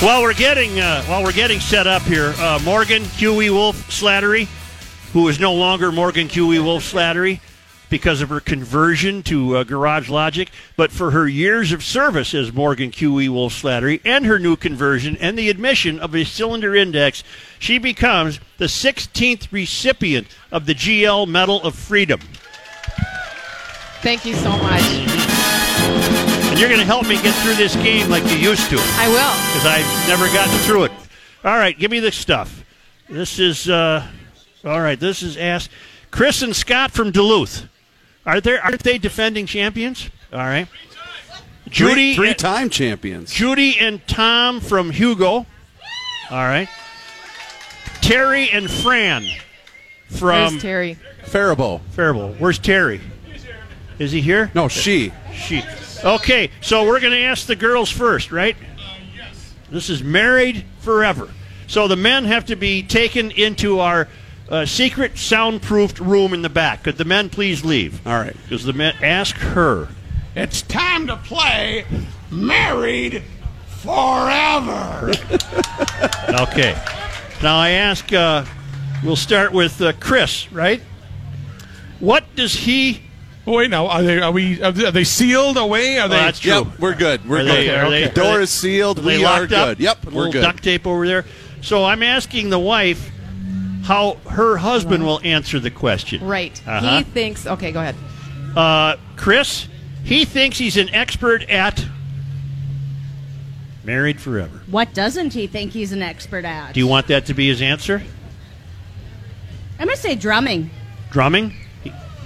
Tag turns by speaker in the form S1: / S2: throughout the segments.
S1: While we're getting uh, while we're getting set up here, uh, Morgan Huey Wolf Slattery, who is no longer Morgan Huey Wolf Slattery because of her conversion to uh, Garage Logic, but for her years of service as Morgan Huey Wolf Slattery and her new conversion and the admission of a cylinder index, she becomes the 16th recipient of the GL Medal of Freedom.
S2: Thank you so much.
S1: And you're going to help me get through this game like you used to.
S2: I will.
S1: because I've never gotten through it. All right, give me this stuff. This is uh, all right. This is asked. Chris and Scott from Duluth. Are there aren't they defending champions? All right. Judy,
S3: three time champions.
S1: Judy and Tom from Hugo. All right. Terry and Fran
S2: There's
S1: from
S2: Terry.
S3: Faribault.
S1: Faribault. Where's Terry? Is he here?
S3: No, she.
S1: She. Okay, so we're going to ask the girls first, right? yes. This is married forever. So the men have to be taken into our uh, secret soundproofed room in the back. Could the men please leave?
S3: All right.
S1: Because the men ask her.
S4: It's time to play Married Forever.
S1: Okay. Now I ask. Uh, we'll start with uh, Chris, right? What does he?
S4: Wait, now are they are we are they sealed away? Are they?
S1: Well, that's true.
S3: Yep, we're good. We're
S1: Are
S3: good.
S1: they- are they-
S3: the door
S1: are they-
S3: is sealed.
S1: Are they
S3: We are
S1: locked up?
S3: good. Yep,
S1: A
S3: we're
S1: little
S3: good.
S1: duct tape over there. So I'm asking the wife how her husband will answer the question.
S2: Right.
S1: Uh-huh.
S2: He thinks. Okay, go ahead.
S1: Uh, Chris, he thinks he's an expert at married forever.
S5: What doesn't he think he's an expert at?
S1: Do you want that to be his answer?
S5: I'm going to say drumming.
S1: Drumming,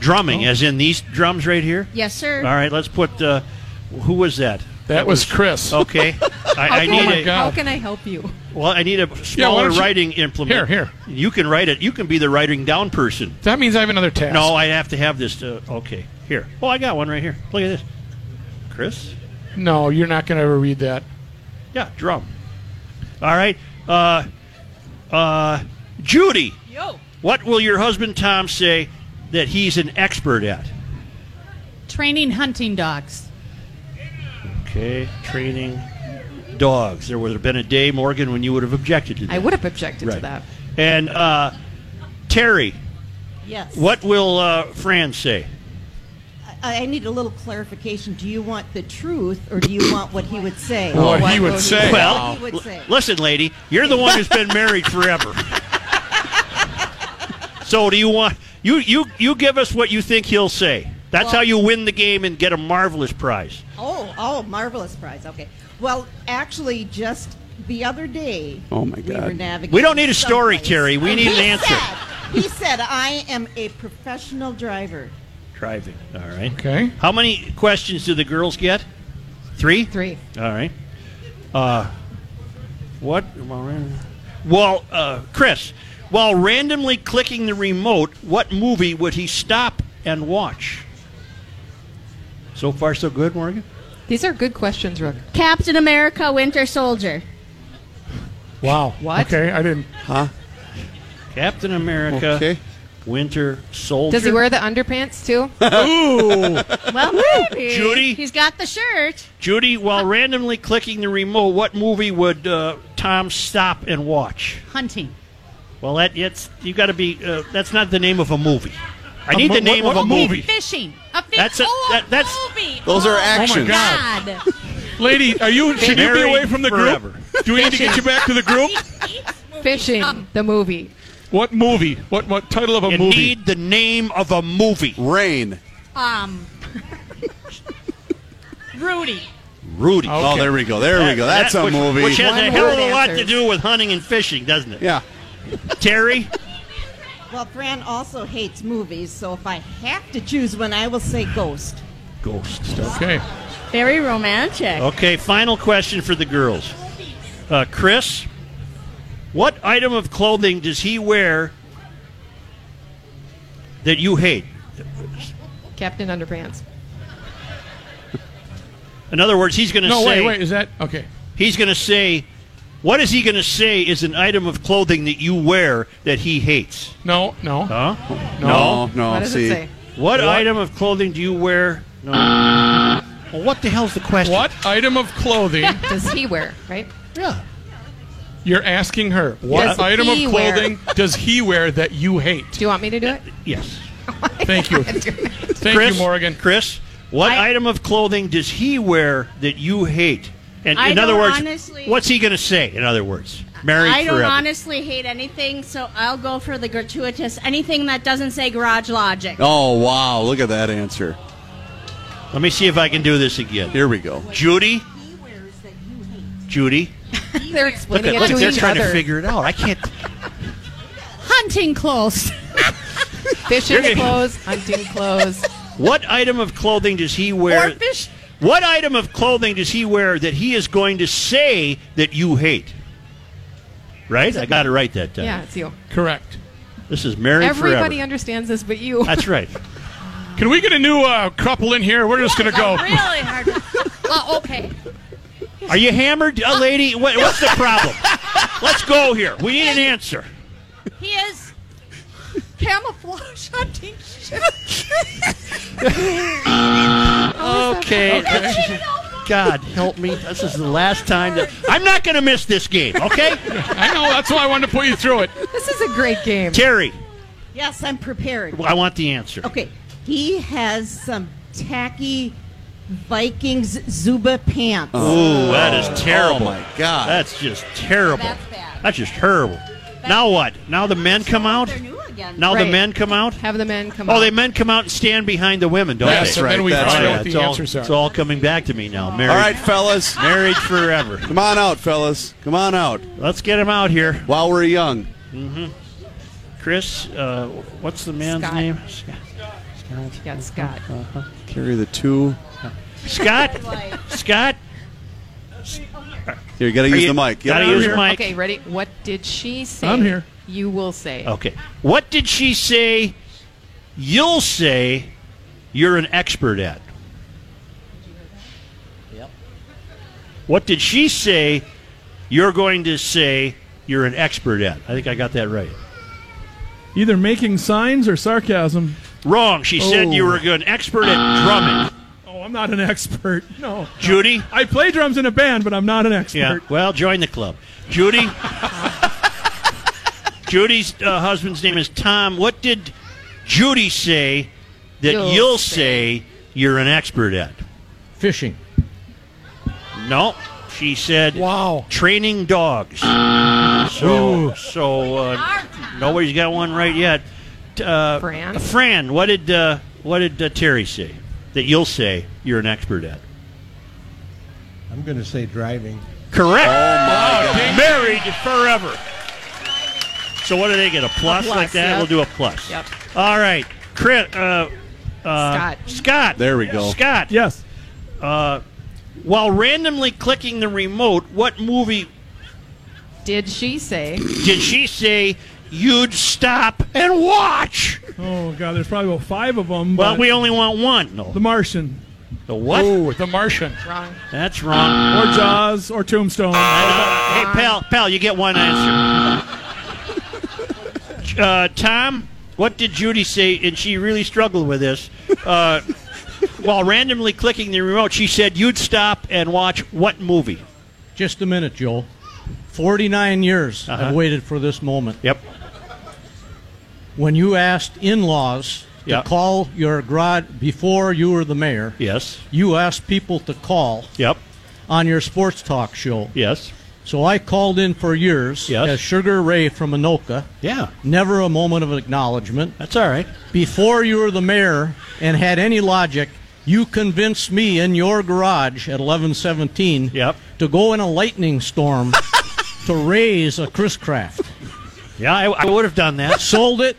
S1: drumming, as in these drums right here.
S5: Yes, sir.
S1: All right, let's put. Uh, who was that?
S4: that was Chris.
S1: Okay, I, I
S4: Oh my
S1: need a
S4: God.
S2: How can I help you?
S1: well. I need a smaller
S4: don't you-
S1: writing implement.
S4: Here, here.
S1: You can write it. You can be the writing down person.
S4: That means I have another task.
S1: No, I have to have this. To, okay, here. Oh, I got one right here. Look at this, Chris.
S4: no, you're not going to ever read that.
S1: Yeah, drum. All right. Uh, uh, Judy,
S2: Yo.
S1: what will your husband Tom say that he's an expert at?
S6: Training hunting dogs.
S1: Okay, training dogs. There would have been a day, Morgan, when you would have objected to that.
S2: I would have objected to
S1: Right.
S2: that.
S1: And uh, Terry,
S7: Yes.
S1: what will uh, Fran say?
S7: I, I need a little clarification. Do you want the truth, or do you want what he would say?
S4: What
S2: what
S4: he
S2: will
S4: would
S2: he
S4: say.
S1: Well,
S7: He would
S1: l-
S7: say.
S1: listen, lady, you're the one who's been married forever. so do you want you you you give us what you think he'll say? That's how you win the game and get a marvelous prize.
S7: Oh, oh, marvelous prize. Okay. Well, actually, just the other day.
S3: Oh, my
S7: We, were
S3: God.
S7: navigating
S1: We don't need a story,
S7: someplace.
S1: Terry. We need an
S7: He
S1: answer.
S7: said- he said, "I am a professional driver."
S1: Driving. All right.
S4: Okay.
S1: How many questions do the girls get? Three.
S2: Three.
S1: All right. Uh, what? Well, uh, Chris, while randomly clicking the remote, what movie would he stop and watch? So far, so good, Morgan.
S2: These are good questions, Rook.
S5: Captain America Winter Soldier.
S4: Wow.
S2: What?
S4: Okay, I didn't.
S1: Captain America,
S3: Okay.
S1: Winter Soldier.
S2: Does he wear the underpants too?
S5: Well, maybe.
S1: Judy?
S5: He's got the shirt.
S1: Judy, while randomly clicking the remote, what movie would uh, Tom stop and watch?
S6: Hunting.
S1: Well, that, it's you got to be. Uh, that's not the name of a movie. I need
S4: mo-
S1: the name
S4: what-
S1: of a
S4: what
S1: movie.
S6: Fishing. A fish.
S1: That's a-
S6: oh,
S1: that- that's-
S6: movie.
S3: Those are
S6: Oh,
S3: actions.
S4: God.
S5: God.
S4: Lady, are you? Should you be
S1: Married
S4: away from the
S1: forever.
S4: group? Do we need to get you back to the group?
S2: Fishing. the movie.
S4: What movie? What what title of a
S1: You
S4: movie?
S1: need the name of a movie.
S3: Rain.
S6: Um. Rudy.
S1: Rudy.
S3: Oh, there we go. There we go. That's a
S1: which,
S3: movie.
S1: Which has
S2: One
S1: a hell of a
S2: word
S1: lot to
S2: answers.
S1: do with hunting and fishing, doesn't it?
S3: yeah.
S1: Terry,
S7: Well, Fran also hates movies, so if I have to choose one, I will say Ghost.
S1: ghost.
S4: okay.
S5: Very romantic.
S1: Okay, final question for the girls. Uh, Chris, what item of clothing does he wear that you hate?
S2: Captain Underpants.
S1: In other words, he's going to
S4: No,
S1: say.
S4: wait, wait. Is that okay?
S1: He's going to say. What is he going to say is an item of clothing that you wear that he hates?
S4: No, no.
S1: Huh?
S3: No,
S1: Oh,
S3: no.
S2: what does
S3: see.
S2: it say?
S1: What, item of clothing do you wear? No. Well, what the hell's the question?
S4: What item of clothing?
S2: Does he wear? Right.
S1: Yeah.
S4: You're asking her what
S2: Does
S4: item of
S2: he wear-
S4: clothing does he wear that you hate?
S2: Do you want me to do it?
S1: Yes.
S4: Thank you, thank
S1: Chris,
S4: you, Morgan.
S1: Chris, what
S5: I-
S1: item of clothing does he wear that you hate? And
S5: I
S1: in other
S5: don't
S1: words,
S5: honestly-
S1: what's he going to say? In other words, married
S5: I don't
S1: forever.
S5: honestly hate anything, so I'll go for the gratuitous anything that doesn't say Garage Logic.
S3: Oh wow! Look at that answer.
S1: Let me see if I can do this again.
S3: Here we go.
S1: Judy, Judy,
S2: They're
S1: look
S2: explaining
S1: at
S2: it
S1: look,
S2: to
S1: they're
S2: each
S1: trying
S2: other.
S1: to figure it out. I can't.
S6: Hunting clothes.
S1: You're
S2: Fishing
S1: gonna-
S2: clothes, hunting clothes.
S1: What item of clothing does he wear?
S5: Orfish.
S1: What item of clothing does he wear that he is going to say that you hate? Right? I got to write that down.
S2: Yeah, it's you.
S4: Correct.
S1: This is married
S2: Everybody
S1: forever.
S2: understands this, but you.
S1: That's right.
S4: Can we get a new uh, couple in here? We're just gonna go.
S5: Really hard. well, okay.
S1: Are you hammered, uh, lady? What, what's the problem? Let's go here. We need an answer.
S5: He is camouflage hunting.
S1: Okay. God help me. This is the last time that I'm not going to miss this game. Okay,
S4: I know that's why I wanted to put you through it.
S2: This is a great game.
S1: Terry.
S7: Yes, I'm prepared.
S1: I want the answer.
S7: Okay, he has some tacky Vikings Zuba pants.
S1: Ooh, that is terrible.
S3: Oh my God.
S1: That's just terrible.
S5: That's bad.
S1: That's just terrible. Now what? Now the men come out.
S5: They're new again.
S1: Now the
S2: Right.
S1: men come out.
S2: Have the men come
S1: Oh,
S2: out.
S1: the men come out and stand behind the women, don't
S4: Yes,
S1: they?
S4: and
S3: right,
S4: Then we
S3: that's
S1: Oh,
S3: right.
S4: find out
S1: yeah,
S4: what
S1: it's,
S4: the
S1: all,
S4: answers
S1: it's
S4: are.
S1: all coming back to me now. Married,
S3: All right, fellas,
S1: married forever.
S3: come on out, fellas. Come on out
S1: Let's get him out here,
S3: while we're young.
S1: Chris. Uh, what's the man's
S2: Scott.
S1: name? Scott.
S2: Yeah, it's Scott.
S3: Carry the two.
S1: Scott. Scott.
S3: Here, you gotta
S1: Are
S3: use
S1: you-
S3: the mic.
S1: gotta
S3: I'm
S1: use
S3: here.
S1: the mic.
S2: Okay, ready? What did she say?
S4: I'm here.
S2: You will say.
S1: Okay. What did she say? You'll say you're an expert at. Yep. What did she say? You're going to say you're an expert at. I think I got that right.
S8: Either making signs or sarcasm.
S1: Wrong. She said you were an expert at drumming.
S8: Oh, I'm not an expert. No.
S1: Judy.
S8: I play drums in a band, but I'm not an expert.
S1: Yeah. Well, join the club, Judy. Judy's uh, husband's name is Tom. What did Judy say that you'll,
S2: You'll
S1: say. you're an expert at?
S4: Fishing.
S1: No, she said
S4: Wow.
S1: training dogs. So, so uh, nobody's got one right yet. T- Uh,
S2: Fran?
S1: Fran, what did uh, what did uh, Terry say that you'll say you're an expert at?
S9: I'm going to say driving.
S1: Correct.
S3: Oh,
S1: Married forever. So what do they get? A plus,
S2: A plus,
S1: like that?
S2: yep.
S1: We'll do a plus.
S2: Yep.
S1: All right, Chris. Uh, uh,
S2: Scott.
S1: Scott.
S3: There we go.
S1: Scott.
S8: Yes.
S1: While randomly clicking the remote, what movie
S2: Did she say?
S1: did she say you'd stop and watch?
S8: Oh God, there's probably about five of them.
S1: Well, we only want one. No.
S8: The Martian,
S1: The what?
S4: Ooh, The Martian.
S2: Wrong.
S1: That's wrong.
S8: or Jaws, or Tombstone.
S1: hey, pal, pal, you get one answer. uh, Tom, what did Judy say? And she really struggled with this. Uh, while randomly clicking the remote, she said you'd stop and watch what movie?
S9: Just a minute, Joel. 49 years
S1: Uh-huh.
S9: I've waited for this moment.
S1: Yep.
S9: When you asked in laws
S1: Yeah.
S9: to call your garage before you were the mayor,
S1: Yes.
S9: you asked people to call
S1: Yep.
S9: on your sports talk show.
S1: Yes.
S9: So I called in for years
S1: Yes.
S9: as Sugar Ray from Anoka.
S1: Yeah.
S9: Never a moment of acknowledgement.
S1: That's all right.
S9: Before you were the mayor and had any logic, you convinced me in your garage at 1117
S1: Yep.
S9: to go in a lightning storm to raise a Chris Craft.
S1: Yeah, I, I would have done that.
S9: Sold it,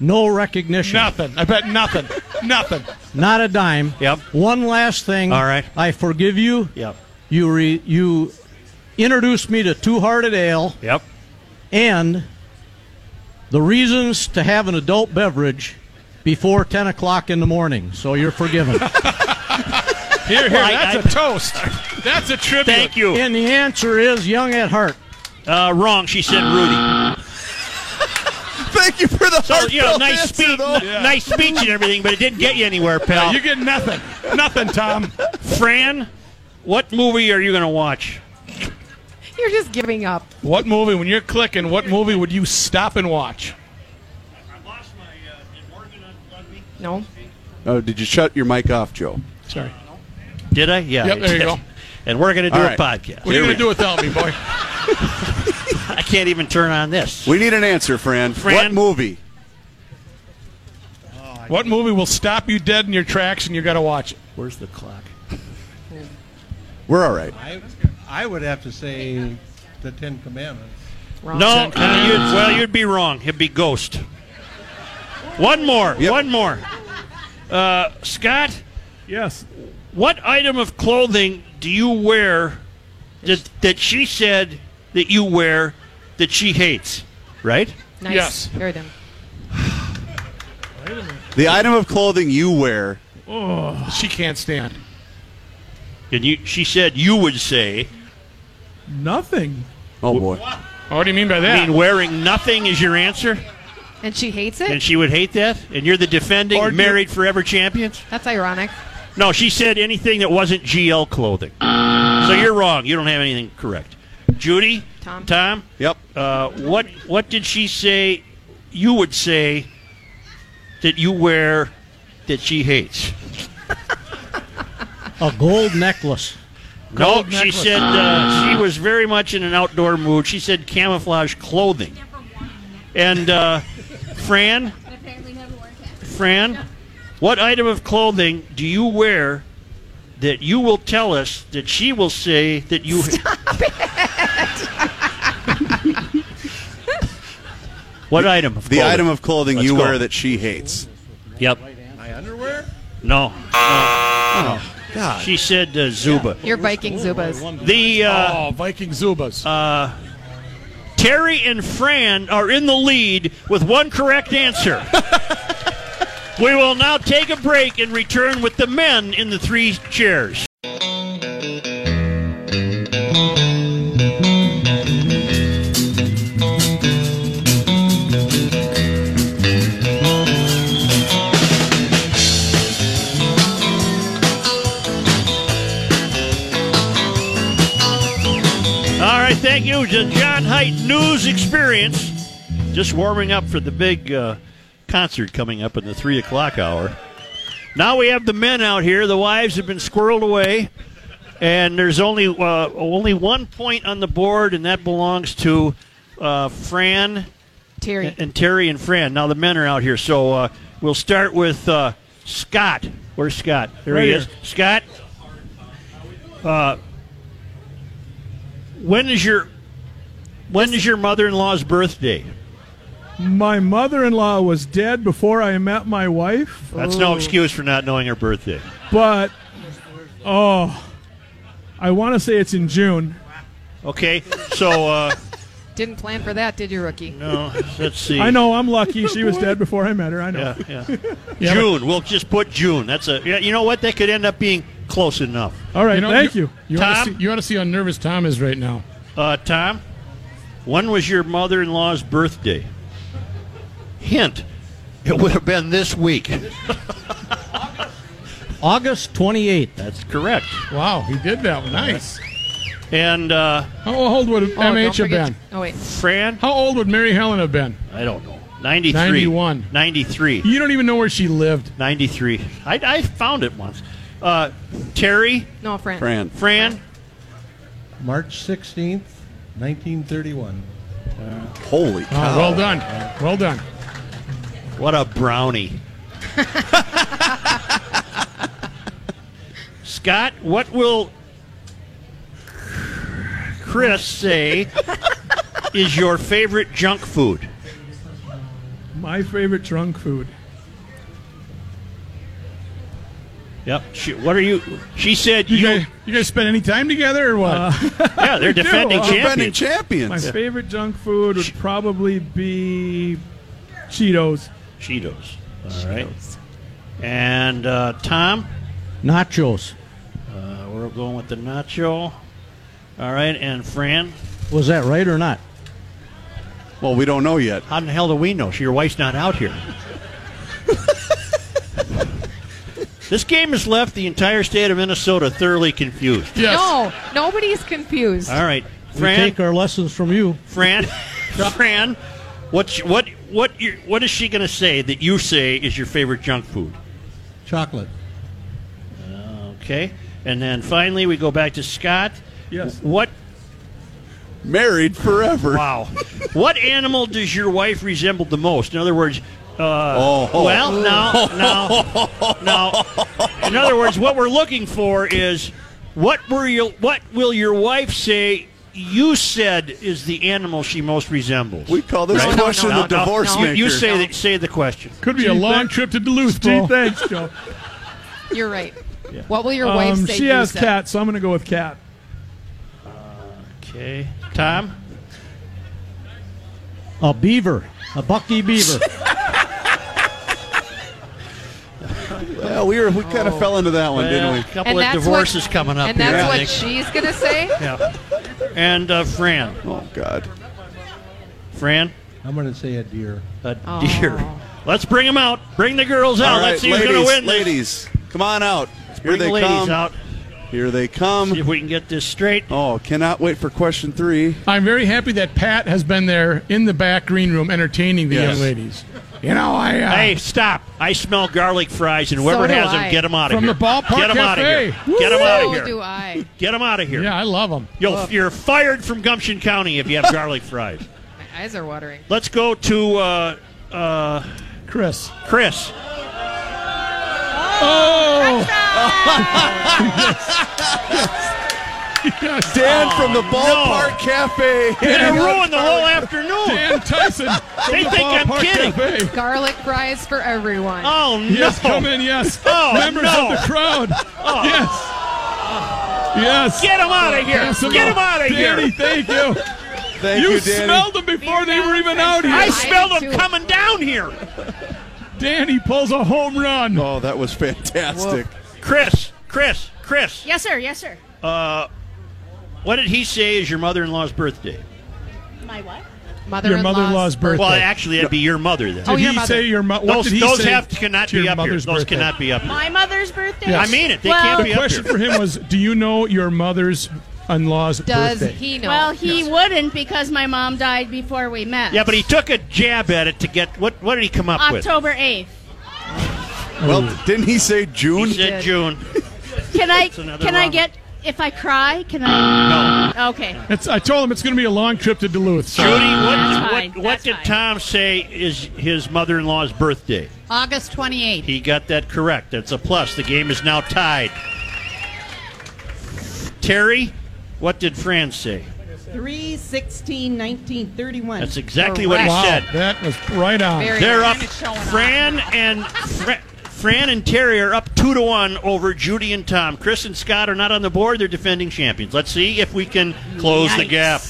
S9: no recognition.
S4: Nothing. I bet nothing. nothing.
S9: Not a dime.
S1: Yep.
S9: One last thing.
S1: All right.
S9: I forgive you.
S1: Yep.
S9: You re- you introduced me to Two Hearted Ale
S1: Yep.
S9: and the reasons to have an adult beverage before 10 o'clock in the morning. So you're forgiven.
S4: Here, here.
S1: Well, I-
S4: that's a toast. That's a tribute.
S1: Thank you.
S9: And the answer is young at heart.
S1: Uh, wrong. She said Rudy.
S3: Thank you for the
S1: So you know,
S3: heartfelt
S1: nice
S3: answer,
S1: speech,
S3: though.
S1: nice speech and everything, but it didn't get you anywhere, pal.
S4: You get nothing. Nothing, Tom.
S1: Fran, what movie are you going to watch?
S2: You're They're just giving up.
S4: What movie, when you're clicking, what movie would you stop and watch?
S1: I lost my. Uh, did Morgan unplug me?
S2: No.
S3: Oh, did you shut your mic off, Joe?
S4: Sorry.
S1: Did I? Yeah.
S4: Yep,
S1: I
S4: there you
S1: did.
S4: go.
S1: And we're going to do
S3: All
S1: a
S3: right.
S1: podcast.
S4: What are you going to do without me, boy?
S1: I can't even turn on this.
S3: We need an answer, Fran. What
S1: Fran?
S3: movie?
S4: What movie will stop you dead in your tracks and you got to watch it?
S1: Where's the clock?
S3: We're all right.
S10: I, I would have to say the Ten Commandments.
S2: Wrong.
S1: No, uh, you'd, well, you'd be wrong. It'd be Ghost. One more.
S3: Yep.
S1: One more. Uh, Scott,
S8: Yes.
S1: what item of clothing do you wear that, that she said that you wear that she hates? Right?
S2: Nice.
S4: Yes.
S2: Very done.
S3: The item of clothing you wear.
S4: She can't stand.
S1: And you, she said you would say,
S8: Nothing.
S3: Oh boy.
S4: What do you mean by
S1: I
S4: that?
S1: mean, wearing nothing is your answer?
S2: And she hates it?
S1: And she would hate that? And you're the defending
S4: Or do you-
S1: married forever champions?
S2: That's ironic.
S1: No, she said anything that wasn't GL clothing. So you're wrong. You don't have anything correct. Judy?
S2: Tom.
S1: Tom?
S3: Yep.
S1: Uh, what what did she say you would say that you wear that she hates?
S9: A gold necklace.
S1: No, she said uh, she was very much in an outdoor mood. She said camouflage clothing. And uh, Fran,
S5: Apparently never worked out.
S1: Fran, what item of clothing do you wear that you will tell us that she will say that you What item? Of
S3: The
S1: clothing?
S3: item of clothing
S1: Let's
S3: you
S1: go.
S3: wear that she hates.
S1: Yep.
S10: My underwear? Oh,
S1: No.
S3: God.
S1: She said uh, Zuba.
S2: You're Viking Zubas.
S1: The uh,
S4: oh, Viking Zubas.
S1: Terry and Fran are in the lead with one correct answer. we will now take a break and return with the men in the three chairs. All right, thank you to John Height News Experience. Just warming up for the big uh, concert coming up in the 3 o'clock hour. Now we have the men out here. The wives have been squirreled away. And there's only uh, only one point on the board, and that belongs to uh, Fran
S2: Terry.
S1: and Terry and Fran. Now the men are out here, so uh, we'll start with uh, Scott. Where's Scott? There
S8: Right
S1: he
S8: here.
S1: is. Scott. Uh, when is your when is your mother-in-law's birthday?
S8: My mother in law was dead before I met my wife,
S1: That's no excuse for not knowing her birthday.
S8: but. Oh. I want to say it's in June.
S1: Okay, so uh,
S2: Didn't plan for that, did you, rookie?
S1: no, let's see.
S8: I know I'm lucky. She was dead before I met her. I know.
S1: Yeah, yeah. June. We'll just put June. That's a. Yeah, you know what? That could end up being close enough.
S8: All right. thank you.
S4: You ought, to
S1: Tom?
S4: see, you ought to see how nervous Tom is right now.
S1: Uh, Tom, when was your mother in law's birthday? Hint, it would have been this week.
S9: August 28th.
S1: That's correct.
S4: Wow, he did that one. Nice.
S1: And uh,
S4: How old would
S2: Oh, don't
S4: MH have
S2: forget-
S4: been?
S2: Oh, wait.
S1: Fran,
S4: How old would Mary Helen have been?
S1: I don't know. 93.
S4: 91.
S1: 93.
S4: You don't even know where she lived.
S1: 93. I, I found it once. Uh, Terry,
S2: No, Fran.
S3: Fran.
S1: Fran,
S10: March 16th, 1931.
S3: Holy
S4: Oh,
S1: Uh,
S3: cow.
S4: Well done. Well done.
S1: what a brownie. Scott, what will Chris say is your favorite junk food?
S8: My favorite drunk food.
S1: Yep. She, what are you? She said you.
S4: You, guys, you guys spend any time together or what?
S1: yeah, they're defending
S8: do.
S1: champions.
S3: Defending
S8: My
S3: champions.
S8: favorite junk food would probably be Cheetos.
S1: Cheetos. All right. And uh, Tom,
S9: Nachos.
S1: uh, we're going with the nacho. All right, and Fran.
S9: Was that right or not?
S3: Well, we don't know yet.
S1: How in the hell do we know? So your wife's not out here. this game has left the entire state of Minnesota thoroughly confused.
S4: yes.
S2: No, nobody's confused.
S1: All right,
S9: We
S1: Fran?
S9: take our lessons from you.
S1: Fran, Fran, what sh- what what you what is she going to say that you say is your favorite junk food?
S10: Chocolate.
S1: Okay, and then finally we go back to Scott.
S8: Yes.
S1: What?
S3: Married forever.
S1: Wow. what animal does your wife resemble the most? In other words. Uh,
S3: Oh, oh.
S1: Well, now, now, now. In other words, what we're looking for is what were you? What will your wife say? You said is the animal she most resembles.
S3: We call this
S1: Right?
S3: question
S1: No,
S3: the
S1: no,
S3: divorce
S1: no. You-
S3: maker.
S1: You say the, say the question.
S8: Could be
S4: Gee,
S8: a long
S4: thank-
S8: trip to Duluth,
S4: Gee,
S8: Paul. thanks, Joe.
S2: You're right. What will your wife
S8: um,
S2: say?
S8: she
S2: you
S8: has
S2: said?
S8: cat, so I'm going to go with cat.
S1: Okay, Tom.
S9: A beaver, a Bucky beaver.
S3: Well, we were we kind
S1: Oh.
S3: of fell into that one,
S1: Well,
S3: didn't
S1: a
S3: we?
S1: couple
S2: And
S1: of
S2: that's what-
S1: divorces coming up
S2: And
S1: here.
S2: that's
S1: I
S2: what
S1: think.
S2: she's gonna say.
S1: yeah. And uh, Fran,
S3: Oh God.
S1: Fran,
S10: I'm going to say a deer.
S1: a
S2: Oh.
S1: deer. Let's bring them out. Bring the girls out.
S3: All right,
S1: Let's see
S3: ladies,
S1: who's going to win. this.
S3: ladies, come on out. Here
S1: bring
S3: they
S1: the ladies
S3: come.
S1: out.
S3: Here they
S1: See if
S3: come.
S1: we can get this straight.
S3: Oh, cannot wait for question three.
S4: I'm very happy that Pat has been there in the back green room entertaining the
S3: Yes.
S4: young ladies. You know, I uh,
S1: Hey, stop! I smell garlic fries, and whoever
S2: do
S1: has
S2: I.
S1: them, get them out of
S4: From
S1: here.
S4: the ballpark
S1: get them out of here.
S4: cafe.
S1: Get them out of
S2: So
S1: here.
S2: do I.
S1: Get them out of here.
S4: yeah, I love them.
S1: You'll, you're fired from Gumption County if you have garlic fries.
S2: My eyes are watering.
S1: Let's go to uh, uh,
S4: Chris.
S1: Chris.
S4: Oh,
S3: Dan from the
S1: Ballpark
S3: Ballpark Cafe.
S1: They're Oh, gonna ruin the whole afternoon.
S4: Dan Tyson. from
S1: They
S4: the
S1: think I'm
S4: Ballpark
S1: kidding.
S4: Cafe.
S2: Garlic fries for everyone.
S1: Oh no!
S4: Yes, come in, yes.
S1: Oh,
S4: Members
S1: no. Oh.
S4: of the crowd. Yes. Yes.
S1: Get them out of here!
S4: Pass 'em
S1: Get
S4: up.
S1: them out of here!
S4: Danny, thank you.
S3: Thank
S4: You,
S3: you, Danny.
S4: smelled them before they were even out here.
S1: I
S2: I
S1: smelled
S2: do
S1: them
S2: too.
S1: coming down here.
S4: Danny pulls a home run.
S3: oh, that was fantastic.
S1: Chris, Chris, Chris.
S5: Yes, sir. Yes, sir.
S1: What did he say is your mother-in-law's birthday?
S5: My what?
S4: Your
S2: mother-in-law's
S4: mother-in-law's birthday.
S1: Well, actually, that'd be your mother then.
S4: Did
S2: Oh, your
S4: he
S2: mother.
S4: say your mother? What
S1: those
S4: did he
S1: those
S4: say
S1: have cannot
S4: to your
S1: be up here. Those
S4: mother's birthday?
S1: cannot be up here.
S5: My mother's birthday.
S4: Yes.
S1: I mean it. They
S5: Well-
S1: can't be
S4: The
S1: up
S4: question
S1: here.
S4: for him was, do you know your mother's in-law's
S2: Does
S4: birthday?
S2: he know?
S5: Well, he wouldn't because my mom died before we met.
S1: Yeah, but he took a jab at it to get what? What did he come up
S5: October 8th.
S3: Well, didn't he say June?
S1: with? He said
S2: did.
S1: June.
S5: Can I can
S1: another Uh.
S5: I
S1: Robin.
S5: get if I cry? Can I
S1: No,
S5: Okay.
S4: It's, I told him it's going to be a long trip to Duluth. So
S1: Judy.
S5: That's
S1: What,
S5: fine.
S1: what, what
S5: That's
S1: did
S5: fine.
S1: Tom say is his mother-in-law's birthday?
S6: August 28th.
S1: He got that correct. That's a plus. The game is now tied. Terry, what did Fran say?
S7: 3 16 19 31.
S1: That's exactly what he
S4: wow,
S1: said.
S4: that was right on.
S2: Very
S1: They're
S2: good.
S1: up. Fran and Fra- Fran and Terry are up two to one over Judy and Tom. Chris and Scott are not on the board. They're defending champions. Let's see if we can close the gap.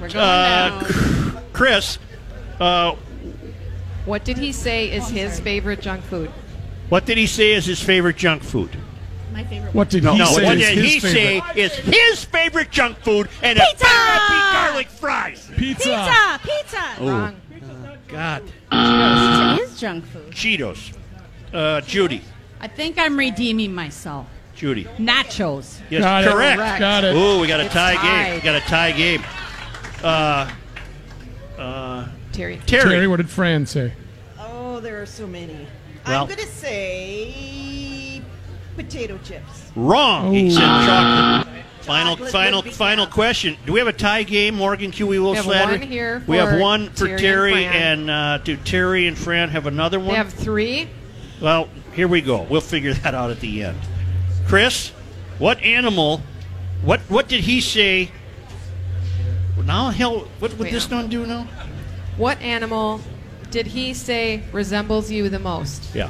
S2: We're going
S1: Uh,
S2: down.
S1: Chris, uh,
S2: What did he say is his favorite junk food?
S1: what did he say is his favorite junk food?
S5: My favorite
S4: what did he
S1: No,
S4: say?
S1: what
S4: is
S1: did
S4: his
S1: he
S4: favorite?
S1: say is his favorite junk food? And it
S5: Pizza!
S1: better not be garlic fries.
S4: Pizza.
S5: Pizza!
S1: Oh.
S5: Pizza!
S2: Wrong.
S1: God,
S5: It is junk food.
S1: Cheetos. Uh, Judy,
S6: I think I'm redeeming myself.
S1: Judy.
S6: Nachos.
S1: Yes,
S4: Got it.
S1: correct.
S4: Got it.
S1: Ooh, we got a tie game.
S6: tied.
S1: We got a tie game. Uh,
S2: Terry.
S1: Terry,
S4: Terry, what did Fran say?
S7: oh, there are so many.
S1: Well-
S7: I'm going to say potato chips.
S1: wrong. He said
S2: Ah.
S1: chocolate. Final,
S7: Chocolate
S1: final,
S7: would be
S1: final
S7: bad.
S1: question. Do we have a tie game, Morgan Q? We will
S2: We have
S1: Slattery?
S2: one here
S1: we have
S2: for
S1: one for
S2: Terry and
S1: Terry,
S2: Fran.
S1: and, uh, do Terry and Fran have another one?
S2: They have three.
S1: Well, here we go. We'll figure that out at the end. Chris, what animal? What what did he say? Now hell, what would
S2: Wait,
S1: this
S2: no.
S1: one do now?
S2: What animal did he say resembles you the most?
S1: Yeah.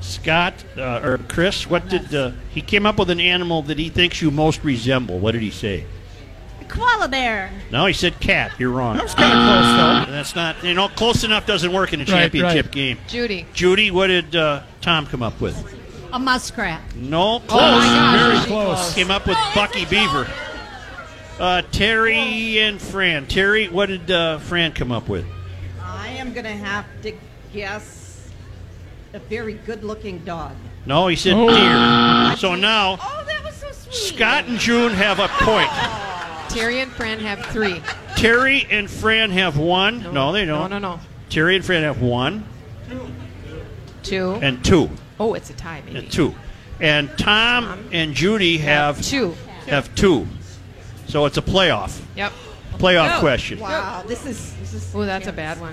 S1: Scott uh, or Chris, what did uh, he came up with an animal that he thinks you most resemble? What did he say?
S5: Koala bear.
S1: No, he said cat. You're wrong.
S4: That was kind of close,
S1: That's not you know close enough doesn't work in a
S4: Right,
S1: championship
S4: right.
S1: game.
S2: Judy.
S1: Judy, what did uh, Tom come up with?
S6: A muskrat.
S4: Oh,
S1: No, close.
S4: very
S2: she
S4: close.
S1: Came up with Bucky Beaver. Uh, Terry and Fran. Terry, what did uh, Fran come up with?
S7: I am going to have to guess a very good looking dog.
S1: No, he said
S4: Oh.
S1: deer. So now
S7: Oh, that
S1: Scott and June have a point.
S2: Terry and Fran have three.
S1: Terry and Fran have one. No, they
S2: No,
S1: don't.
S2: no, no.
S1: Terry and Fran have one
S2: Two.
S1: and two.
S2: oh, it's a tie, maybe.
S1: And two. And Tom and Judy have
S2: Two.
S1: Have two. So it's a playoff.
S2: Yep.
S1: Playoff
S2: Go.
S1: question.
S7: Wow, this is this is.
S2: Oh, that's a bad one.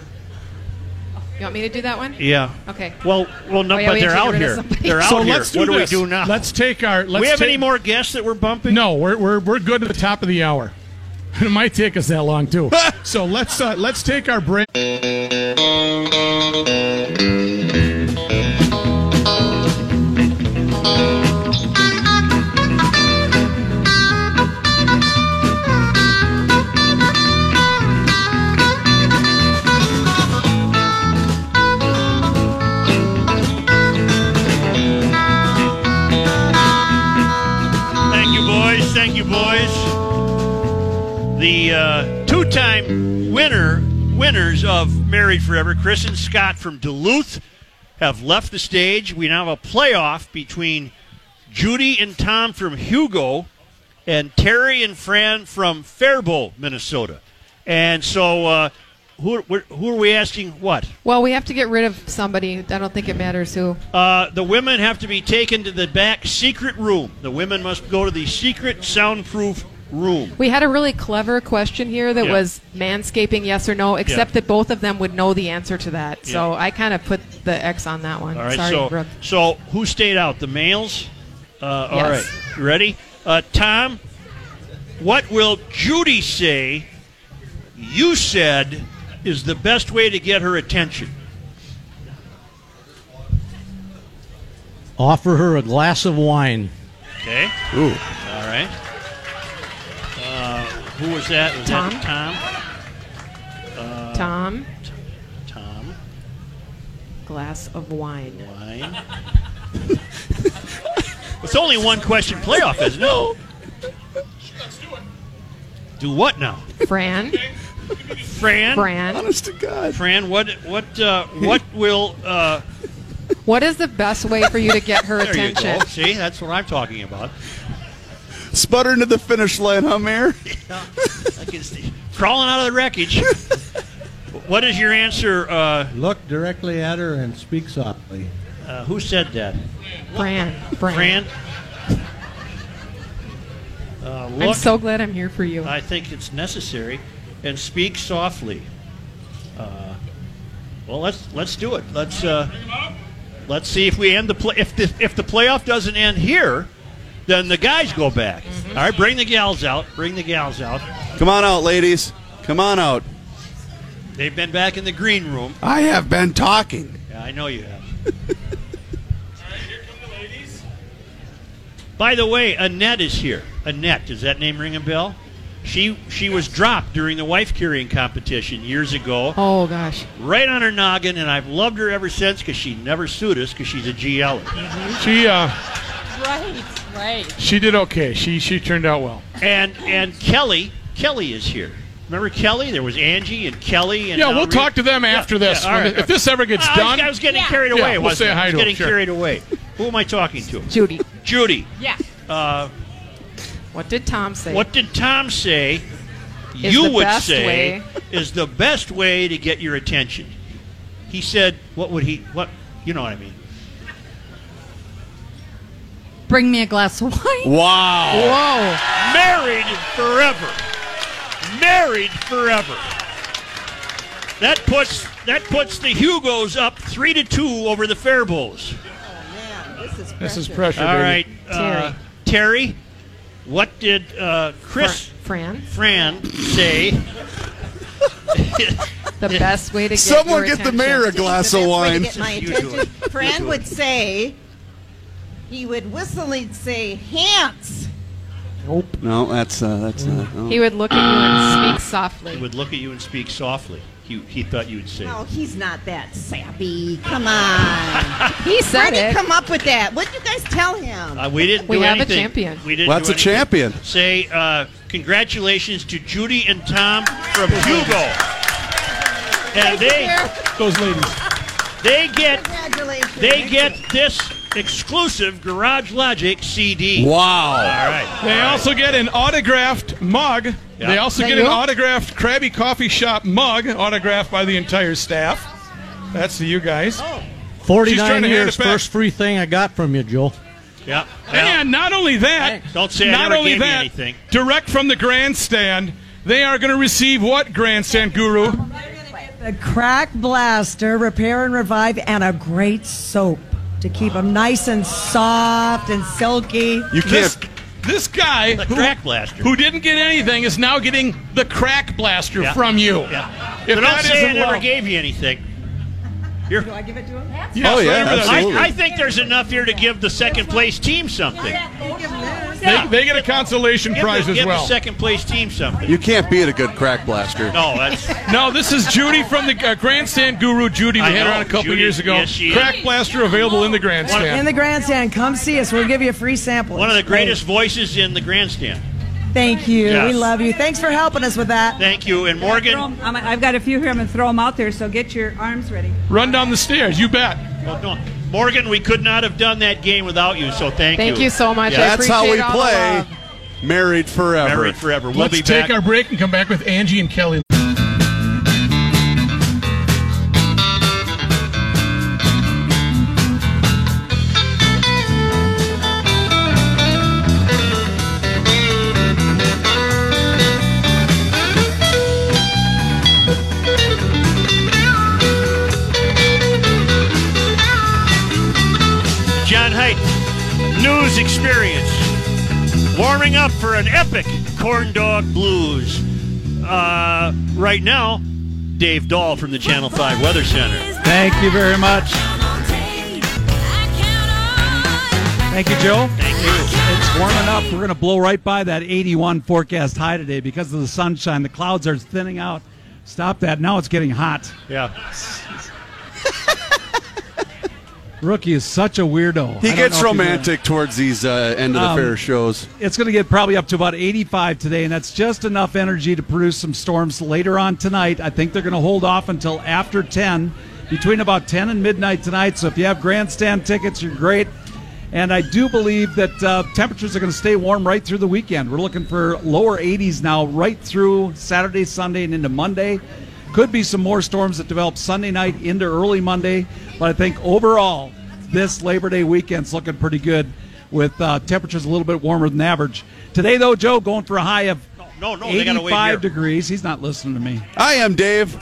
S2: You want me to do that one?
S1: Yeah.
S2: Okay.
S1: Well, well, no,
S2: Oh, yeah,
S1: but
S2: we have
S1: they're
S2: to get
S1: out
S2: rid of
S1: here.
S2: somebody.
S1: They're out
S4: so
S1: here.
S4: let's do
S1: what
S4: this.
S1: do we do now?
S4: Let's take our. Let's
S1: we have
S4: take,
S1: any more guests that we're bumping?
S4: No, we're, we're, we're good to the top of the hour. It might take us that long too. so let's uh, let's take our break.
S1: Thank you, boys. Thank you, boys. The uh, two-time winner winners of Married Forever, Chris and Scott from Duluth, have left the stage. We now have a playoff between Judy and Tom from Hugo and Terry and Fran from Faribault, Minnesota. And so, uh, who, who are we asking what?
S2: Well, we have to get rid of somebody. I don't think it matters who.
S1: Uh, the women have to be taken to the back secret room. The women must go to the secret soundproof room.
S2: We had a really clever question here that
S1: Yeah.
S2: was manscaping, yes or no, except
S1: Yeah.
S2: that both of them would know the answer to that. So
S1: Yeah.
S2: I kind of put the X on that one.
S1: All right,
S2: Sorry,
S1: so
S2: Brooke.
S1: so who stayed out? The males. Uh, all
S2: Yes.
S1: right, you ready? Uh, Tom, what will Judy say? You said is the best way to get her attention.
S9: Offer her a glass of wine.
S1: Okay.
S3: Ooh.
S1: All right. Uh, who was that? Was that uh,
S2: Tom,
S1: Tom. Tom.
S2: glass of wine.
S1: Wine. it's only one question playoff, isn't it? Do what now,
S2: Fran,
S1: Fran?
S2: Fran,
S3: Honest to God.
S1: Fran, what what uh, what will uh,
S2: what is the best way for you to get her
S1: there you go?
S2: attention?
S1: See, that's what I'm talking about.
S3: Sputtering to the finish line, huh, Mayor?
S1: I can see- Crawling out of the wreckage. what is your answer? Uh,
S10: Look directly at her and speak softly.
S1: uh, who said that,
S2: Fran, Fran.
S1: Fran? Uh,
S2: I'm
S1: look,
S2: so glad I'm here for you.
S1: I think it's necessary, and speak softly. Uh, well, let's let's do it. Let's uh, let's see if we end the play. If the if the playoff doesn't end here, then the guys go back.
S2: Mm-hmm.
S1: All right, bring the gals out. Bring the gals out.
S3: Come on out, ladies. Come on out.
S1: They've been back in the green room.
S3: I have been talking.
S1: Yeah, I know you have. By the way, Annette is here. Annette, does that name ring a bell? She she was dropped during the wife carrying competition years ago,
S2: Oh gosh.
S1: right on her noggin, and I've loved her ever since because she never sued us because she's a er. GL.
S4: She uh,
S7: Right, right.
S4: she did okay. She she turned out well.
S1: And and Kelly Kelly is here. Remember Kelly? There was Angie and Kelly. And
S4: Yeah,
S1: now
S4: we'll
S1: Rita.
S4: talk to them after this.
S1: all
S4: When-
S1: right, Uh,
S4: if this ever gets
S1: I was-
S4: done-
S1: I was getting
S5: Yeah.
S1: carried
S4: Yeah,
S1: away.
S4: we'll
S1: wasn't
S4: say
S1: I?
S4: hi
S1: I was
S4: to them,
S1: getting
S4: sure.
S1: carried away. Who am I talking to?
S2: Judy,
S1: Judy.
S5: Yeah.
S1: Uh,
S2: what did Tom say?
S1: What did Tom say?
S2: Is
S1: you
S2: the
S1: would
S2: best
S1: say
S2: way-
S1: is the best way to get your attention. He said, "What would he? What you know what I mean?
S6: Bring me a glass of wine.
S3: Wow.
S2: Whoa.
S1: Married forever. Married forever. That puts that puts the Hugos up three to two over the Fairbowls.
S7: Man, this is pressure.
S4: This is pressure.
S1: All
S4: baby.
S1: right, uh, Terry. What did uh, Chris
S2: Fran,
S1: Fran say?
S2: the best way to get
S3: Someone
S2: your
S3: get the
S2: attention.
S3: mayor a glass of wine.
S7: Get my
S1: You do
S7: attention.
S1: it. You do
S7: Fran
S1: it.
S7: would say, he would whistle. He'd say, "Hands."
S3: No, that's uh, that's not. no.
S2: He would look at you and speak softly.
S1: He would look at you and speak softly. He, he thought you would say.
S7: No, he's not that sappy. Come on.
S2: He said
S7: Why did
S2: it.
S7: he come up with that? What would you guys tell him?
S1: Uh, we didn't.
S2: We
S1: do
S2: have a
S1: anything.
S2: champion.
S1: We didn't.
S3: Well, that's
S1: do
S3: a
S1: anything.
S3: champion.
S1: Say uh, congratulations to Judy and Tom from Hugo, and they
S4: Those ladies.
S1: they get
S7: Congratulations.
S1: they get this exclusive Garage Logic CD.
S4: Wow.
S1: All right.
S4: They also get an autographed mug.
S1: Yeah.
S4: They also
S1: Is that
S4: get an
S1: you?
S4: autographed Krabby Coffee Shop mug, autographed by the entire staff. That's to you guys. She's trying
S9: Forty-nine
S4: to hand
S9: years,
S4: it back.
S9: first free thing I got from you, Joel.
S1: Yeah.
S4: And not only that,
S1: Don't say I
S4: not
S1: never
S4: only
S1: gave you
S4: that,
S1: anything.
S4: direct from the grandstand, they are going to receive what grandstand guru?
S11: The crack blaster, repair and revive, and a great soap to keep them nice and soft and silky.
S4: This- This, guy, who,
S1: crack blaster.
S4: who didn't get anything, is now getting the crack blaster
S1: Yeah.
S4: from you.
S1: Yeah.
S4: If
S1: so don't
S4: that
S1: say I
S4: isn't
S1: never
S4: love.
S1: gave you anything. You're,
S11: Do I give it to him?
S4: Yes, remember that.
S1: I, I think there's enough here to give the second place team something.
S4: They, they get a consolation
S1: Give
S4: prize
S1: the,
S4: as
S1: give
S4: well.
S1: the second place team something.
S3: You can't beat a good crack blaster.
S1: No, that's
S4: No, this is Judy from the uh, Grandstand Guru. Judy, we
S1: I
S4: had her
S1: know,
S4: on a couple
S1: Judy.
S4: years ago.
S1: Yes, she is.
S4: Crack blaster available in the Grandstand.
S11: In the grandstand, come see us. We'll give you a free sample.
S1: one of the
S11: It's great.
S1: greatest voices in the grandstand.
S11: Thank you.
S1: Yes.
S11: We love you. Thanks for helping us with that.
S1: Thank you. And Morgan,
S12: I've got a few here. I'm going to throw them out there, so get your arms ready.
S4: Run down the stairs, you bet.
S1: well, no, Morgan, we could not have done that game without you. So thank, you.
S2: Thank you so much. I
S3: That's how we
S2: appreciate all the
S3: play
S2: love.
S3: Married Forever.
S1: Married forever. We'll
S4: Let's
S1: be
S4: take
S1: back.
S4: our break and come back with Angie and Kelly.
S1: John Height, news experience. Warming up for an epic corn dog blues. Uh, right now, Dave Dahl from the Channel 5 Weather Center.
S13: Thank you very much. Thank you, Joe.
S1: Thank you.
S13: It's warming up. We're going to blow right by that 81 forecast high today because of the sunshine. The clouds are thinning out. Stop that. Now it's getting hot.
S1: Yeah.
S13: Rookie is such a weirdo. I
S3: He
S13: don't know
S3: gets
S13: if you know.
S3: romantic towards these uh, end of the
S13: Um,
S3: fair shows.
S13: It's going to get probably up to about 85 today, and that's just enough energy to produce some storms later on tonight. I think they're going to hold off until after 10, between about 10 and midnight tonight. So if you have grandstand tickets, you're great. And I do believe that uh, temperatures are going to stay warm right through the weekend. We're looking for lower 80s now, right through Saturday, Sunday, and into Monday. Could be some more storms that develop Sunday night into early Monday, but I think overall, this Labor Day weekend's looking pretty good with uh, temperatures a little bit warmer than average. Today, though, Joe going for a high of
S1: No, no, they got to wait here.
S13: 85 degrees. He's not listening to me.
S3: I am Dave.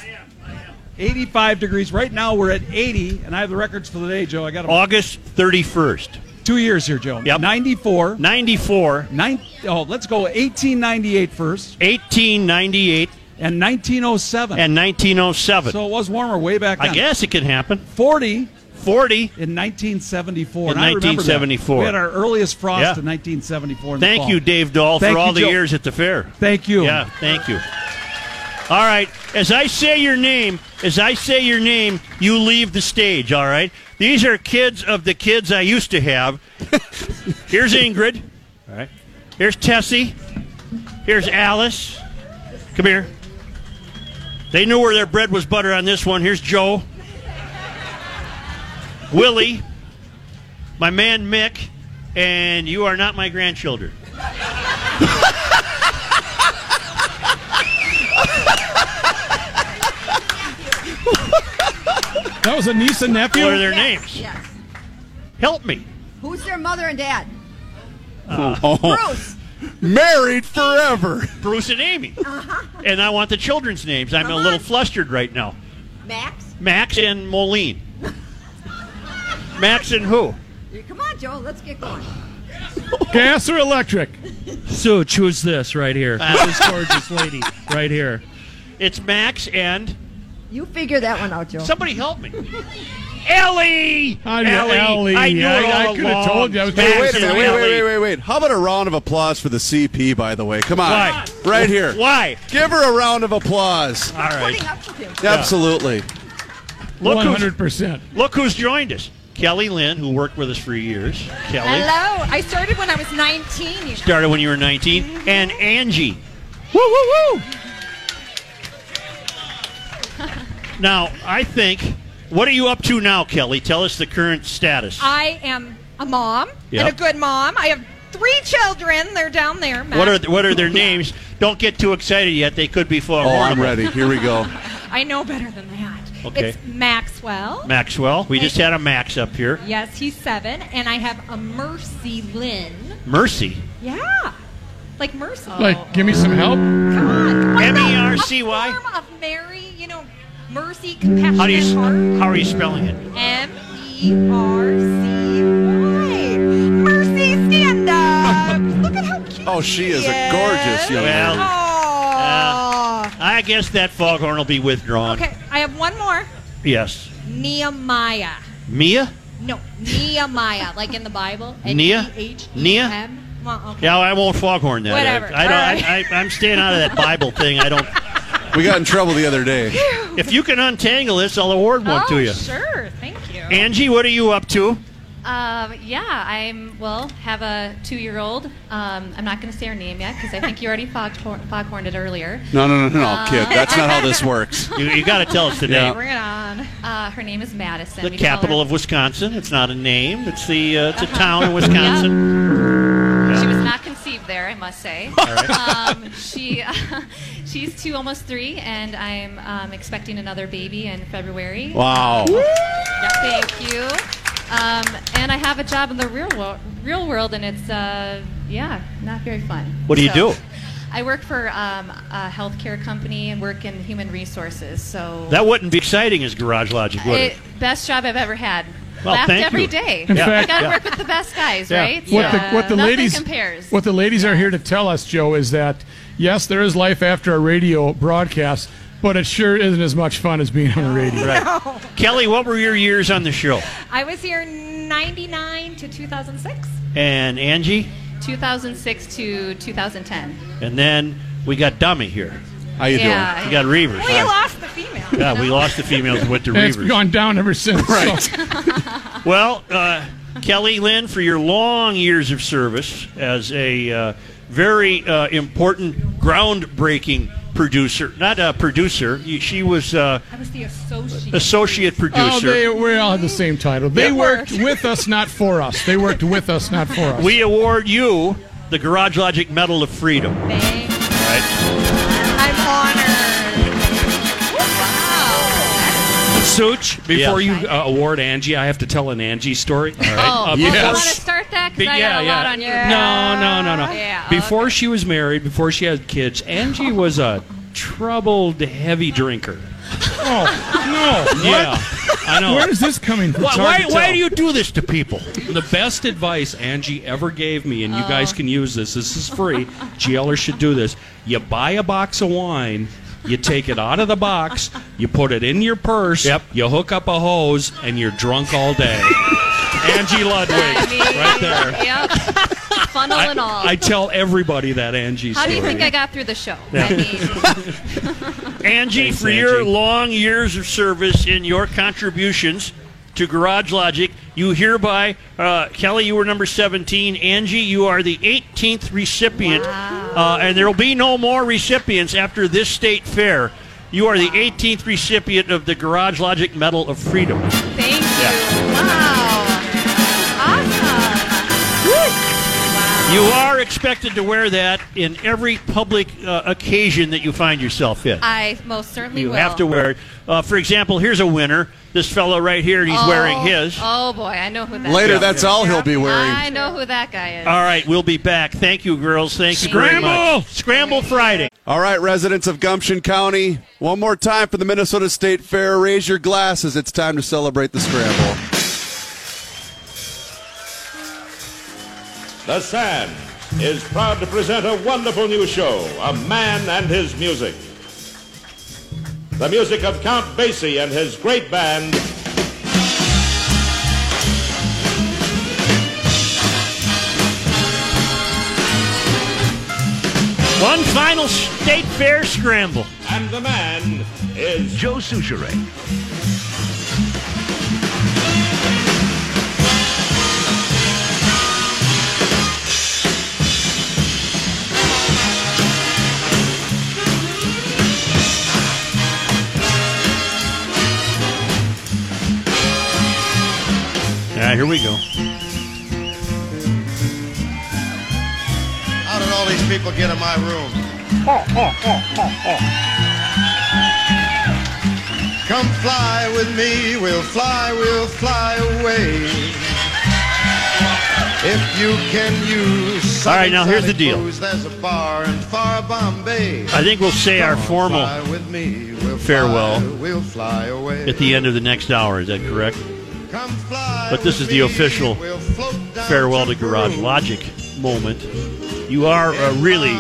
S13: 85 degrees. Right now, we're at 80, and I have the records for the day, Joe. I got 'em.
S1: August 31st.
S13: two years here, Joe.
S1: Yep.
S13: 94.
S1: 94.
S13: Nine, oh, let's go 1898 first,
S1: 1898
S13: and 1907.
S1: and 1907.
S13: so it was warmer way back then.
S1: I guess it can happen.
S13: 40
S1: 40.
S13: in 1974.
S1: In
S13: and I remember that.
S1: 1974.
S13: We had our earliest frost
S1: Yeah.
S13: in 1974. In the
S1: Thank
S13: fall.
S1: you, Dave Dahl,
S13: Thank
S1: for
S13: you,
S1: all the
S13: Joe.
S1: years at the fair.
S13: Thank you.
S1: Yeah, thank you. All right, as I say your name, as I say your name, you leave the stage, all right? These are kids of the kids I used to have. Here's Ingrid. All right. Here's Tessie. Here's Alice. Come here. They knew where their bread was butter on this one. Here's Joe. Willie. My man Mick. And you are not my grandchildren.
S4: That was a niece and nephew.
S1: What are their names?
S14: Yes.
S1: Help me.
S14: Who's their mother and dad?
S1: Oh.
S3: Oh,
S14: Bruce.
S3: Married forever.
S1: Bruce and Amy. And I want the children's names. I'm a little flustered right now.
S14: Max.
S1: Max and Moline. Max and who?
S14: Come on, Joe. Let's get going.
S4: Gas or electric?
S15: So choose this right here.
S1: Ah.
S15: This gorgeous lady right here.
S1: It's Max and
S14: You figure that one out, Joe.
S1: somebody help me. Ellie.
S4: I'm your Ellie.
S1: I knew it
S4: I- I
S1: all
S4: coulda
S1: along.
S4: told you. I was-
S1: Max
S3: Hey, wait a
S1: and
S3: minute. Wait,
S1: Ellie.
S3: wait, wait, wait, wait. How about a round of applause for the CP, by the way? Come on.
S1: Why?
S3: Right here.
S1: Why?
S3: Give her a round of applause.
S1: All right.
S3: Absolutely.
S1: Look who's,
S4: 100%.
S1: look who's joined us. Kelly Lynn, who worked with us for years. Kelly.
S14: Hello. I started when I was 19. You know.
S1: Started when you were 19. And Angie.
S13: Woo, woo, woo.
S1: Now, I think, what are you up to now, Kelly? Tell us the current status.
S14: I am a mom and
S1: Yep.
S14: a good mom. I have three children. They're down there. Max.
S1: What are what are their names? Don't get too excited yet. They could be full.
S3: Oh, I'm ready. Here we go.
S14: I know better than that.
S1: Okay.
S14: It's Maxwell.
S1: Maxwell. We just had a Max up here.
S14: Yes, he's seven, and I have a Mercy Lynn.
S1: Mercy.
S14: Yeah, like Mercy.
S4: Like, give me some help.
S14: M E
S1: R C Y.
S14: Of Mary, you know, Mercy, compassion,
S1: How do you s- how are you spelling it?
S14: M E R C Y. Mercy, stand up. Look at how cute.
S1: Oh, she is
S14: a gorgeous
S1: young well, uh, I guess that foghorn will be withdrawn.
S14: Okay, I have one more.
S1: Yes.
S14: Nehemiah.
S1: Mia?
S14: No, Nehemiah, like in the Bible. E
S1: Nia? Nia?
S14: N-E-H-E-M. Well, okay.
S1: Yeah, I won't foghorn that.
S14: Whatever.
S1: I, I don't, I, I, I'm staying out of that Bible thing. I don't. We got in trouble the other day. If you can untangle this, I'll award one
S16: oh,
S1: to you.
S16: Sure, thank you.
S1: Angie, what are you up to?
S16: Um, yeah, I'm well. Have a two-year-old. Um, I'm not going to say her name yet because I think you already foghorn- foghorned it earlier.
S3: No, no, no, no,
S16: Uh,
S3: kid. That's not how this works.
S1: You, you got to tell us the name.
S16: Bring it on. Uh, her name is Madison.
S1: The
S16: We call
S1: capital
S16: her-
S1: of Wisconsin. It's not a name. It's the uh, it's a
S16: Uh-huh.
S1: town in Wisconsin.
S16: She
S1: Yeah.
S16: was not conceived there, I must say.
S1: All right.
S16: um, she she's two, almost three, and I'm um, expecting another baby in February.
S3: Wow. Woo!
S16: Yeah, thank you. Um, and I have a job in the real world, real world, and it's uh, yeah, not very fun.
S1: What do you
S16: So,
S1: do?
S16: I work for um, a healthcare company and work in human resources. So
S1: That wouldn't be exciting as Garage Logic, would it?
S16: it, best job I've ever had.
S1: Well,
S16: Laughed
S1: thank
S16: every
S1: you.
S16: day.
S1: In
S16: I
S1: fact-
S16: got to
S1: yeah.
S16: work with the best guys, right?
S4: What
S16: Yeah.
S4: the, what the
S16: Nothing
S4: ladies
S16: compares.
S4: what the ladies are here to tell us, Joe, is that yes, there is life after a radio broadcast, but it sure isn't as much fun as being on the radio.
S1: Right. Kelly, what were your years on the show?
S16: I was here 99 to 2006,
S1: And Angie,
S16: 2006 to 2010.
S1: and then we got Dummy here. How
S16: you doing? Yeah.
S1: We got Reavers.
S16: We lost the female.
S1: Yeah, we lost the females and went to
S4: And it's
S1: Reavers.
S4: gone down ever since. Right.
S1: Well, uh, Kelly Lynn, for your long years of service as a uh, very uh, important, groundbreaking producer, not a producer, you, she was uh,
S16: I was the associate.
S1: associate producer.
S4: Oh, they, we all had the same title. They worked with us, not for us. They worked with us, not for us.
S1: We award you the Garage Logic Medal of Freedom. Right.
S15: Such, before you uh, award Angie, I have to tell an Angie story. All
S16: Oh,
S15: right. Uh,
S16: well, you
S15: before-
S16: want to start that?
S15: Be-
S16: Because I got a
S15: yeah,
S16: lot
S15: yeah.
S16: on you.
S15: No, no, no, no.
S16: Yeah.
S15: Before she was married, before she had kids, Angie was a troubled heavy drinker.
S4: Oh no!
S15: Yeah, I know.
S4: Where is this coming from?
S15: Why,
S4: It's hard
S15: why,
S4: to
S15: why
S4: tell.
S15: do
S1: you do this to people?
S15: The best advice Angie ever gave me, and you guys can use this. This is free. GLers should do this. You buy a box of wine. You take it out of the box, you put it in your purse, yep. you hook up a hose, and you're drunk all day. Angie Ludwig,
S16: I mean,
S15: right there.
S16: Yep. Funnel and all.
S15: I tell everybody that Angie
S16: How do
S15: story.
S16: you think I got through the show?
S15: Yeah.
S16: I mean,
S1: Angie,
S15: Thanks,
S1: for your long years of service and your contributions to Garage Logic, you hereby, uh, Kelly, you were number 17. Angie, you are the 18th recipient. Uh, and there will be no more recipients after this state fair. You are the 18th recipient of the Garage Logic Medal of Freedom.
S16: thank you.
S1: You are expected to wear that in every public uh, occasion that you find yourself in.
S16: I most certainly
S1: You
S16: will.
S1: have to wear it. Uh, for example, here's a winner. This fellow right here, and he's
S16: Oh,
S1: wearing his.
S16: Oh boy, I know who that.
S1: Later,
S16: is.
S1: that's all he'll be wearing.
S16: I know who that guy is.
S1: All right, we'll be back. Thank you, girls. Thank you very
S3: Scramble!
S1: much. Scramble Friday.
S3: All right, residents of Gumption County, one more time for the Minnesota State Fair. Raise your glasses. It's time to celebrate the scramble.
S17: The Sand is proud to present a wonderful new show, A Man and His Music. The music of Count Basie and his great band.
S1: One final state fair scramble.
S17: And the man is
S18: Joe Souchere.
S1: All right, here we go.
S18: all these people get in my room? Come fly with me, we'll fly, we'll fly away. If you can use
S1: All right, now here's the deal.
S18: Booze, there's a bar in far Bombay.
S1: I think we'll say our
S18: Come
S1: formal
S18: fly with me, we'll
S1: farewell
S18: fly, we'll fly away.
S1: at the end of the next hour. Is that correct? But this is the official farewell to Garage Logic moment. You are uh, really.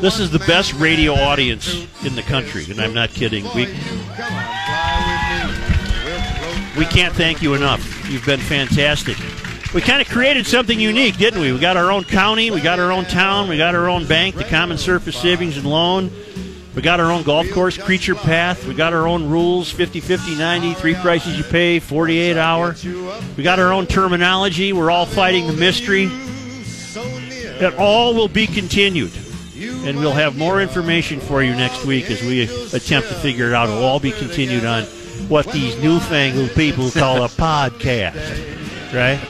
S1: This is the best radio audience in the country, and I'm not kidding. We we can't thank you enough. You've been fantastic. We kind of created something unique, didn't we? We got our own county, we got our own town, we got our own bank, the Common Surface Savings and Loan. We got our own golf course, Creature Path. We got our own rules 50, 50, 90, three prices you pay, 48 hour. We got our own terminology. We're all fighting the mystery. It all will be continued. And we'll have more information for you next week as we attempt to figure it out. It'll all be continued on what these newfangled people call a podcast, right?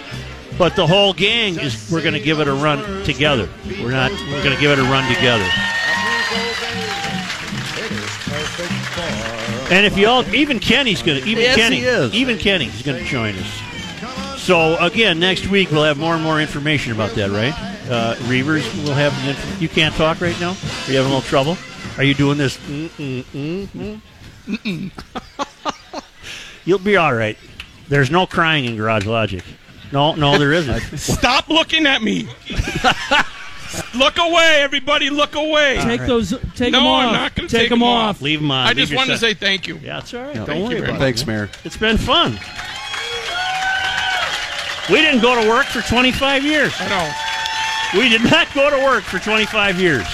S1: But the whole gang is we're going to give it a run together. We're not we're going to give it a run together. And if you all, even Kenny's going to, even
S9: Yes,
S1: Kenny,
S9: he is.
S1: even Kenny's going to join us. So again, next week we'll have more and more information about that, right? Uh, Reavers will have. the Inf- you can't talk right now. Are you having a little trouble? Are you doing this? Mm, mm, mm, mm, mm, mm? You'll be all right. There's no crying in Garage Logic. No, no, there isn't.
S19: Stop looking at me. look away, everybody. Look away.
S1: All Take right. those-
S8: take
S19: no,
S8: 'em
S19: I'm
S8: off.
S19: not going to
S8: Take
S19: take,
S8: 'em
S19: them
S8: off.
S19: off.
S1: Leave 'em on.
S19: I
S1: Leave
S19: just
S1: your
S19: wanted to
S1: stuff.
S19: say thank you.
S1: Yeah, that's all right.
S19: No,
S1: Don't
S19: thank
S1: worry
S19: you very
S1: about it.
S19: much. Thanks,
S3: Mayor.
S1: It's been fun. We didn't go to work for 25 years. I know. We did not go to work for 25 years.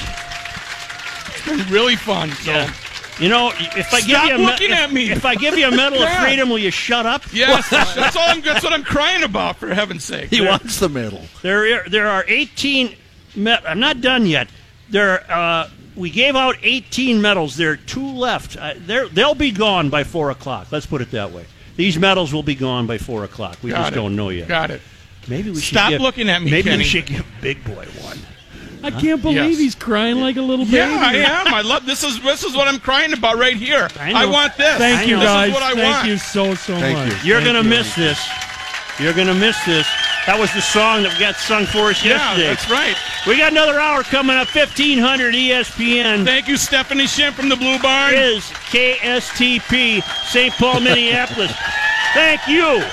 S1: It's
S19: been really fun. So.
S1: Yeah. You know, if I
S19: Stop
S1: give you a me-
S19: looking
S1: if,
S19: at me.
S1: if I give you a medal of
S19: God.
S1: freedom, will you shut up?
S19: Yes, that's all. I'm, that's what I'm crying about. For heaven's sake, There-
S1: the medal. There, are- there are 18. Me- I'm not done yet. There, are, uh, we gave out 18 medals. There are two left. Uh, they're- they'll be gone by four o'clock. Let's put it that way. These medals will be gone by four o'clock. We
S19: Got
S1: just
S19: it.
S1: don't know yet.
S19: Got it.
S1: Maybe we should
S19: Stop
S1: give-
S19: looking at me,
S1: Maybe
S19: Kenny.
S1: we should give Big Boy one.
S8: I can't believe
S19: Yes.
S8: he's crying like a little baby.
S19: Yeah, I am. I love this. Is this is what I'm crying about right here? I,
S8: know.
S19: want this.
S8: Thank
S19: I
S8: you,
S19: know. This
S8: guys.
S19: is what I
S8: Thank
S19: want.
S8: you so, so much.
S1: You're gonna miss this. You're gonna miss this. That was the song that got sung for us
S19: Yeah,
S1: yesterday.
S19: that's right.
S1: We got another hour coming up. E 1500 ESPN.
S19: Thank you, Stephanie Shin from the Blue Barn.
S1: Is KSTP St. Paul, Minneapolis. Thank you.